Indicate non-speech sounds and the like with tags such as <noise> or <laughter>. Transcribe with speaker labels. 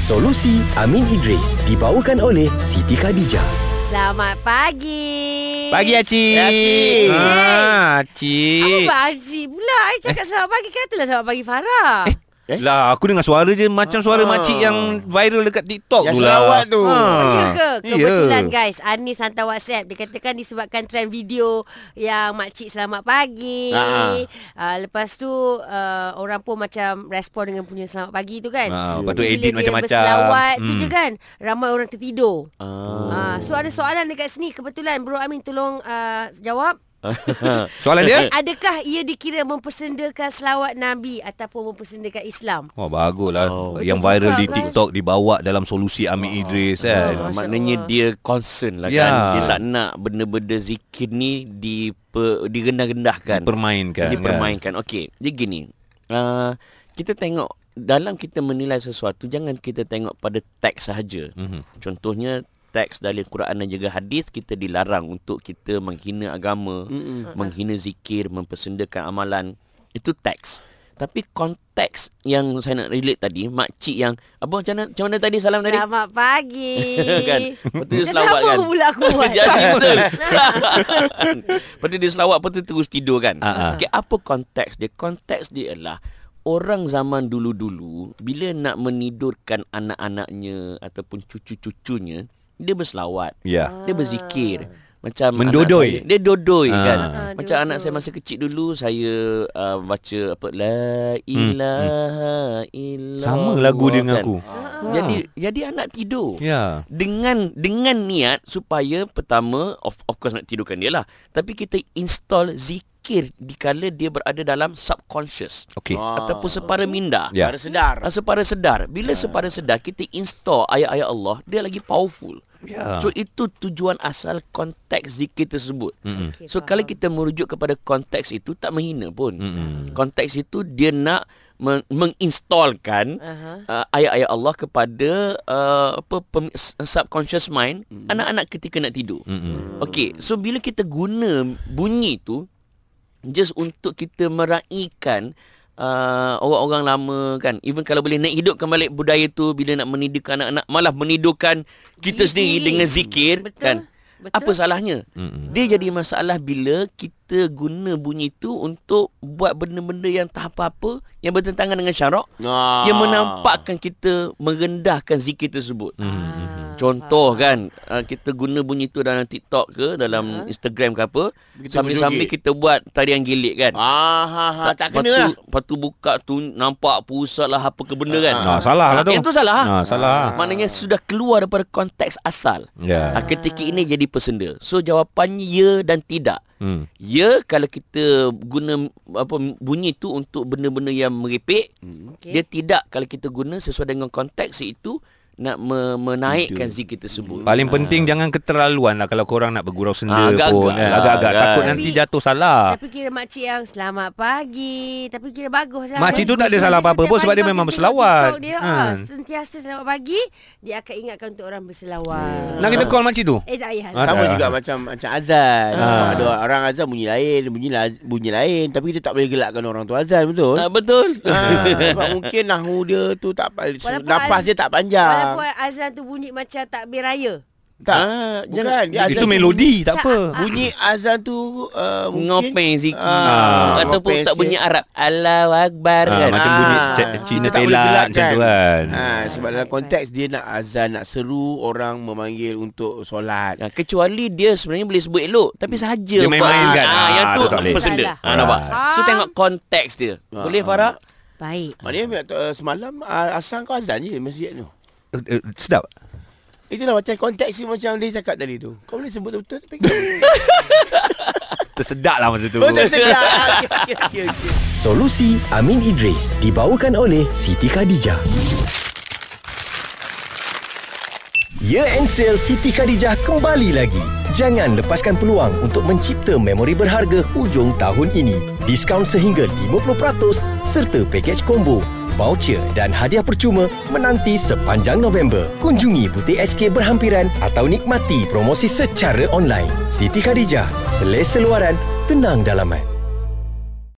Speaker 1: Solusi Amin Idris dibawakan oleh Siti Khadijah.
Speaker 2: Selamat pagi.
Speaker 3: Pagi Acik
Speaker 4: Ya, Acik.
Speaker 3: ah,
Speaker 2: Apa
Speaker 3: Acik
Speaker 2: Pak Haji pula? Saya cakap
Speaker 3: Eh.
Speaker 2: selamat pagi. Katalah selamat pagi Farah. Eh.
Speaker 4: Eh?
Speaker 3: Lah aku dengar suara je Macam suara
Speaker 4: Ah.
Speaker 3: makcik yang viral dekat TikTok
Speaker 4: Yang
Speaker 3: tu lah
Speaker 4: selawat tu.
Speaker 5: Ah.
Speaker 2: Oh, ya ke?
Speaker 3: Ya.
Speaker 2: Kebetulan guys, Anis hantar WhatsApp. Dia katakan disebabkan trend video yang makcik selamat pagi.
Speaker 4: Ah.
Speaker 2: Uh, lepas tu uh, orang pun macam respon dengan punya selamat pagi tu kan.
Speaker 3: Ah, lepas tu
Speaker 2: Bila
Speaker 3: edit
Speaker 2: dia
Speaker 3: macam-macam.
Speaker 2: berselawat tu
Speaker 3: Hmm.
Speaker 2: je kan. Ramai orang tertidur. Ah.
Speaker 4: Ah.
Speaker 2: so ada soalan dekat sini. Kebetulan Bro Amin tolong uh, jawab.
Speaker 3: Soalan
Speaker 2: Eh,
Speaker 3: dia
Speaker 4: Eh.
Speaker 2: Adakah ia dikira mempersendakan selawat Nabi ataupun mempersendakan Islam?
Speaker 3: Wah bagus lah oh,
Speaker 4: Oh,
Speaker 3: Yang
Speaker 2: betul
Speaker 3: viral
Speaker 2: juga
Speaker 3: di
Speaker 2: kan?
Speaker 3: TikTok Dibawa dalam solusi Amin Idris kan
Speaker 2: Ah. Masya
Speaker 4: Maknanya
Speaker 2: Allah.
Speaker 4: dia concern lah
Speaker 3: Ya.
Speaker 4: kan Dia tak nak benda-benda zikir ni di
Speaker 3: Kan?
Speaker 4: direndah-rendahkan
Speaker 3: Dipermainkan
Speaker 4: Dipermainkan Okey Dia gini uh, Kita tengok Dalam kita menilai sesuatu Jangan kita tengok pada teks sahaja
Speaker 3: kan? Mhm.
Speaker 4: Contohnya teks dari Quran dan juga hadis kita dilarang untuk kita menghina agama, Mm-mm. menghina zikir, mempersendakan amalan. Itu teks. Tapi konteks yang saya nak relate tadi, makcik yang apa macam mana, macam mana tadi salam tadi?
Speaker 2: Selamat pagi.
Speaker 4: <laughs> kan. Lepas tu dia
Speaker 2: Dah
Speaker 4: selawat
Speaker 2: sama
Speaker 4: kan.
Speaker 2: pula
Speaker 4: <laughs>
Speaker 2: aku buat. <laughs>
Speaker 4: Jadi betul. lepas tu dia selawat, lepas tu terus tidur kan.
Speaker 3: Ah, ah.
Speaker 4: Okay, apa konteks dia? Konteks dia ialah orang zaman dulu-dulu bila nak menidurkan anak-anaknya ataupun cucu-cucunya, dia berselawat.
Speaker 3: Ya
Speaker 4: Dia berzikir macam
Speaker 3: Mendodoi.
Speaker 4: anak saya, dia dodoi
Speaker 3: Ah.
Speaker 4: ha. kan
Speaker 3: Ah,
Speaker 4: macam
Speaker 2: dodoi.
Speaker 4: anak saya masa kecil dulu saya uh, baca apa la ilaha illallah
Speaker 3: Hmm, Sama lagu dia dengan
Speaker 4: kan.
Speaker 3: aku
Speaker 4: jadi jadi anak tidur
Speaker 3: Ya
Speaker 4: dengan dengan niat supaya pertama of of course nak tidurkan dia lah tapi kita install zikir dikala dia berada dalam subconscious
Speaker 3: Okey
Speaker 2: Ah.
Speaker 4: ha. ataupun separa minda
Speaker 3: Ya
Speaker 4: sedar separa sedar
Speaker 2: Ya.
Speaker 4: bila separa sedar kita install ayat-ayat Allah dia lagi powerful
Speaker 3: Ya
Speaker 4: So itu tujuan asal konteks zikir tersebut.
Speaker 3: Mm-mm.
Speaker 2: Okey,
Speaker 4: so
Speaker 2: faham.
Speaker 4: kalau kita merujuk kepada konteks itu tak menghina pun.
Speaker 3: Mm-mm.
Speaker 4: Konteks itu dia nak meng- menginstalkan
Speaker 2: Aha.
Speaker 4: uh, ayat-ayat Allah kepada uh, apa pem- subconscious mind
Speaker 2: Hmm.
Speaker 4: anak-anak ketika nak tidur.
Speaker 3: Mm-mm.
Speaker 4: Okey, so bila kita guna bunyi tu just untuk kita meraihkan uh, orang-orang lama kan. Even kalau boleh naik hidupkan balik budaya tu bila nak menidukan anak-anak malah menidukan
Speaker 2: Diri
Speaker 4: kita sendiri
Speaker 2: sendiri.
Speaker 4: dengan zikir
Speaker 2: Betul.
Speaker 4: kan.
Speaker 2: Betul. Hmm.
Speaker 4: Apa salahnya?
Speaker 3: Mm-mm.
Speaker 4: Dia jadi masalah bila kita guna bunyi tu untuk buat benda-benda yang tak apa-apa yang bertentangan dengan syarak
Speaker 5: Ah.
Speaker 4: yang menampakkan kita merendahkan zikir tersebut.
Speaker 5: Hmm.
Speaker 2: Ah,
Speaker 4: Contoh kan uh, kita guna bunyi tu dalam TikTok ke dalam Instagram ke apa
Speaker 5: Ya. Kita
Speaker 4: sambil-sambil
Speaker 5: berjoget.
Speaker 4: kita buat tarian gilik kan.
Speaker 5: Ah, ha, ha, tak
Speaker 4: lepas
Speaker 5: kena
Speaker 4: tu,
Speaker 5: lah.
Speaker 4: Lepas tu buka tu nampak pusat lah apa ke benda kan.
Speaker 3: Ah, salah lah tu.
Speaker 4: Yang tu salah.
Speaker 3: Ah, salah.
Speaker 4: Maknanya sudah keluar daripada konteks asal.
Speaker 3: Ya
Speaker 4: Ah, ketika ini jadi pesenda. So jawapannya ya dan tidak.
Speaker 3: Hmm.
Speaker 4: Ya kalau kita guna apa bunyi tu untuk benda-benda yang merepek,
Speaker 5: Hmm.
Speaker 2: Okey.
Speaker 4: okay. dia tidak kalau kita guna sesuai dengan konteks iaitu nak me- menaikkan zikir tersebut.
Speaker 3: Paling penting jangan keterlaluan lah kalau korang nak bergurau senda
Speaker 4: Ah, agak-agak
Speaker 3: pun. eh.
Speaker 4: lah,
Speaker 3: Agak-agak
Speaker 4: kan.
Speaker 3: takut nanti
Speaker 2: Tapi-
Speaker 3: jatuh
Speaker 4: ah.
Speaker 3: salah.
Speaker 2: Tapi kira makcik yang selamat pagi. Tapi kira bagus lah.
Speaker 3: Makcik
Speaker 2: Kan?
Speaker 3: tu tak ada
Speaker 2: Dia
Speaker 3: salah
Speaker 2: sentiasa
Speaker 3: apa-apa pun sebab dia
Speaker 2: pagi-pagi
Speaker 3: memang
Speaker 2: tengok
Speaker 3: berselawat.
Speaker 2: TikTok Dia, ha.
Speaker 3: Hmm.
Speaker 2: sentiasa selamat pagi. Dia akan ingatkan untuk orang berselawat.
Speaker 3: Nak kita
Speaker 4: Ah.
Speaker 3: call makcik tu?
Speaker 2: Eh tak payah.
Speaker 3: Ah,
Speaker 5: Sama
Speaker 3: Ada.
Speaker 5: juga macam macam azan.
Speaker 3: Ah.
Speaker 5: Macam Ada orang azan bunyi lain, bunyi la- bunyi lain tapi dia tak boleh gelakkan orang tu azan betul?
Speaker 4: Ah, betul.
Speaker 5: Ah,
Speaker 4: <laughs>
Speaker 5: sebab mungkin nahu dia tu tak pa-
Speaker 2: Walaupun
Speaker 5: nafas
Speaker 2: az-
Speaker 5: dia tak panjang.
Speaker 2: Walaupun azan tu bunyi macam takbir raya.
Speaker 5: tak.
Speaker 4: Ah,
Speaker 5: bukan dia Ya, azan
Speaker 3: Itu
Speaker 5: tu
Speaker 3: melodi tak apa.
Speaker 5: Bunyi azan tu uh, mungkin
Speaker 4: Ngopeng zikir
Speaker 5: Ah,
Speaker 4: Ataupun
Speaker 5: ngopeng
Speaker 4: tak bunyi
Speaker 5: sikit.
Speaker 4: Arab Allahu Akbar
Speaker 3: Ah,
Speaker 4: kan
Speaker 3: macam bunyi
Speaker 5: Ah.
Speaker 3: C- Cina
Speaker 5: Kita tak boleh
Speaker 3: telak
Speaker 5: gelakkan.
Speaker 3: macam tu kan.
Speaker 5: Ha, sebab dalam konteks dia nak azan, nak seru orang memanggil untuk solat.
Speaker 3: Ya.
Speaker 4: Ah, kecuali dia sebenarnya boleh sebut elok tapi sahaja
Speaker 3: Dia main-main
Speaker 4: buat.
Speaker 3: kan?
Speaker 4: ah, yang
Speaker 3: Ah,
Speaker 4: tu
Speaker 3: tu tak boleh.
Speaker 4: pesenda
Speaker 2: Salah.
Speaker 4: ah, nampak
Speaker 2: Ah.
Speaker 4: so tengok konteks dia
Speaker 5: Ah,
Speaker 4: boleh
Speaker 5: ah.
Speaker 4: Farah
Speaker 2: Baik.
Speaker 5: Maknanya uh, semalam uh, asal kau azan je masjid tu.
Speaker 3: Eh, eh, Sedap.
Speaker 5: Itulah macam konteks dia macam dia cakap tadi tu. Kau boleh sebut
Speaker 3: <laughs>
Speaker 5: betul tapi kau.
Speaker 3: Tersedak lah masa tu.
Speaker 5: Oh,
Speaker 3: <laughs>
Speaker 5: tak sedap. Okey, okey, okey, okey.
Speaker 1: Solusi Amin Idris dibawakan oleh Siti Khadijah. Year End Ya Sale Siti Khadijah kembali lagi. Jangan lepaskan peluang untuk mencipta memori berharga hujung tahun ini. Diskaun sehingga 50% serta pakej combo, voucher dan hadiah percuma menanti sepanjang November. Kunjungi butik SK berhampiran atau nikmati promosi secara online. Siti Khadijah, selesa luaran, tenang dalaman.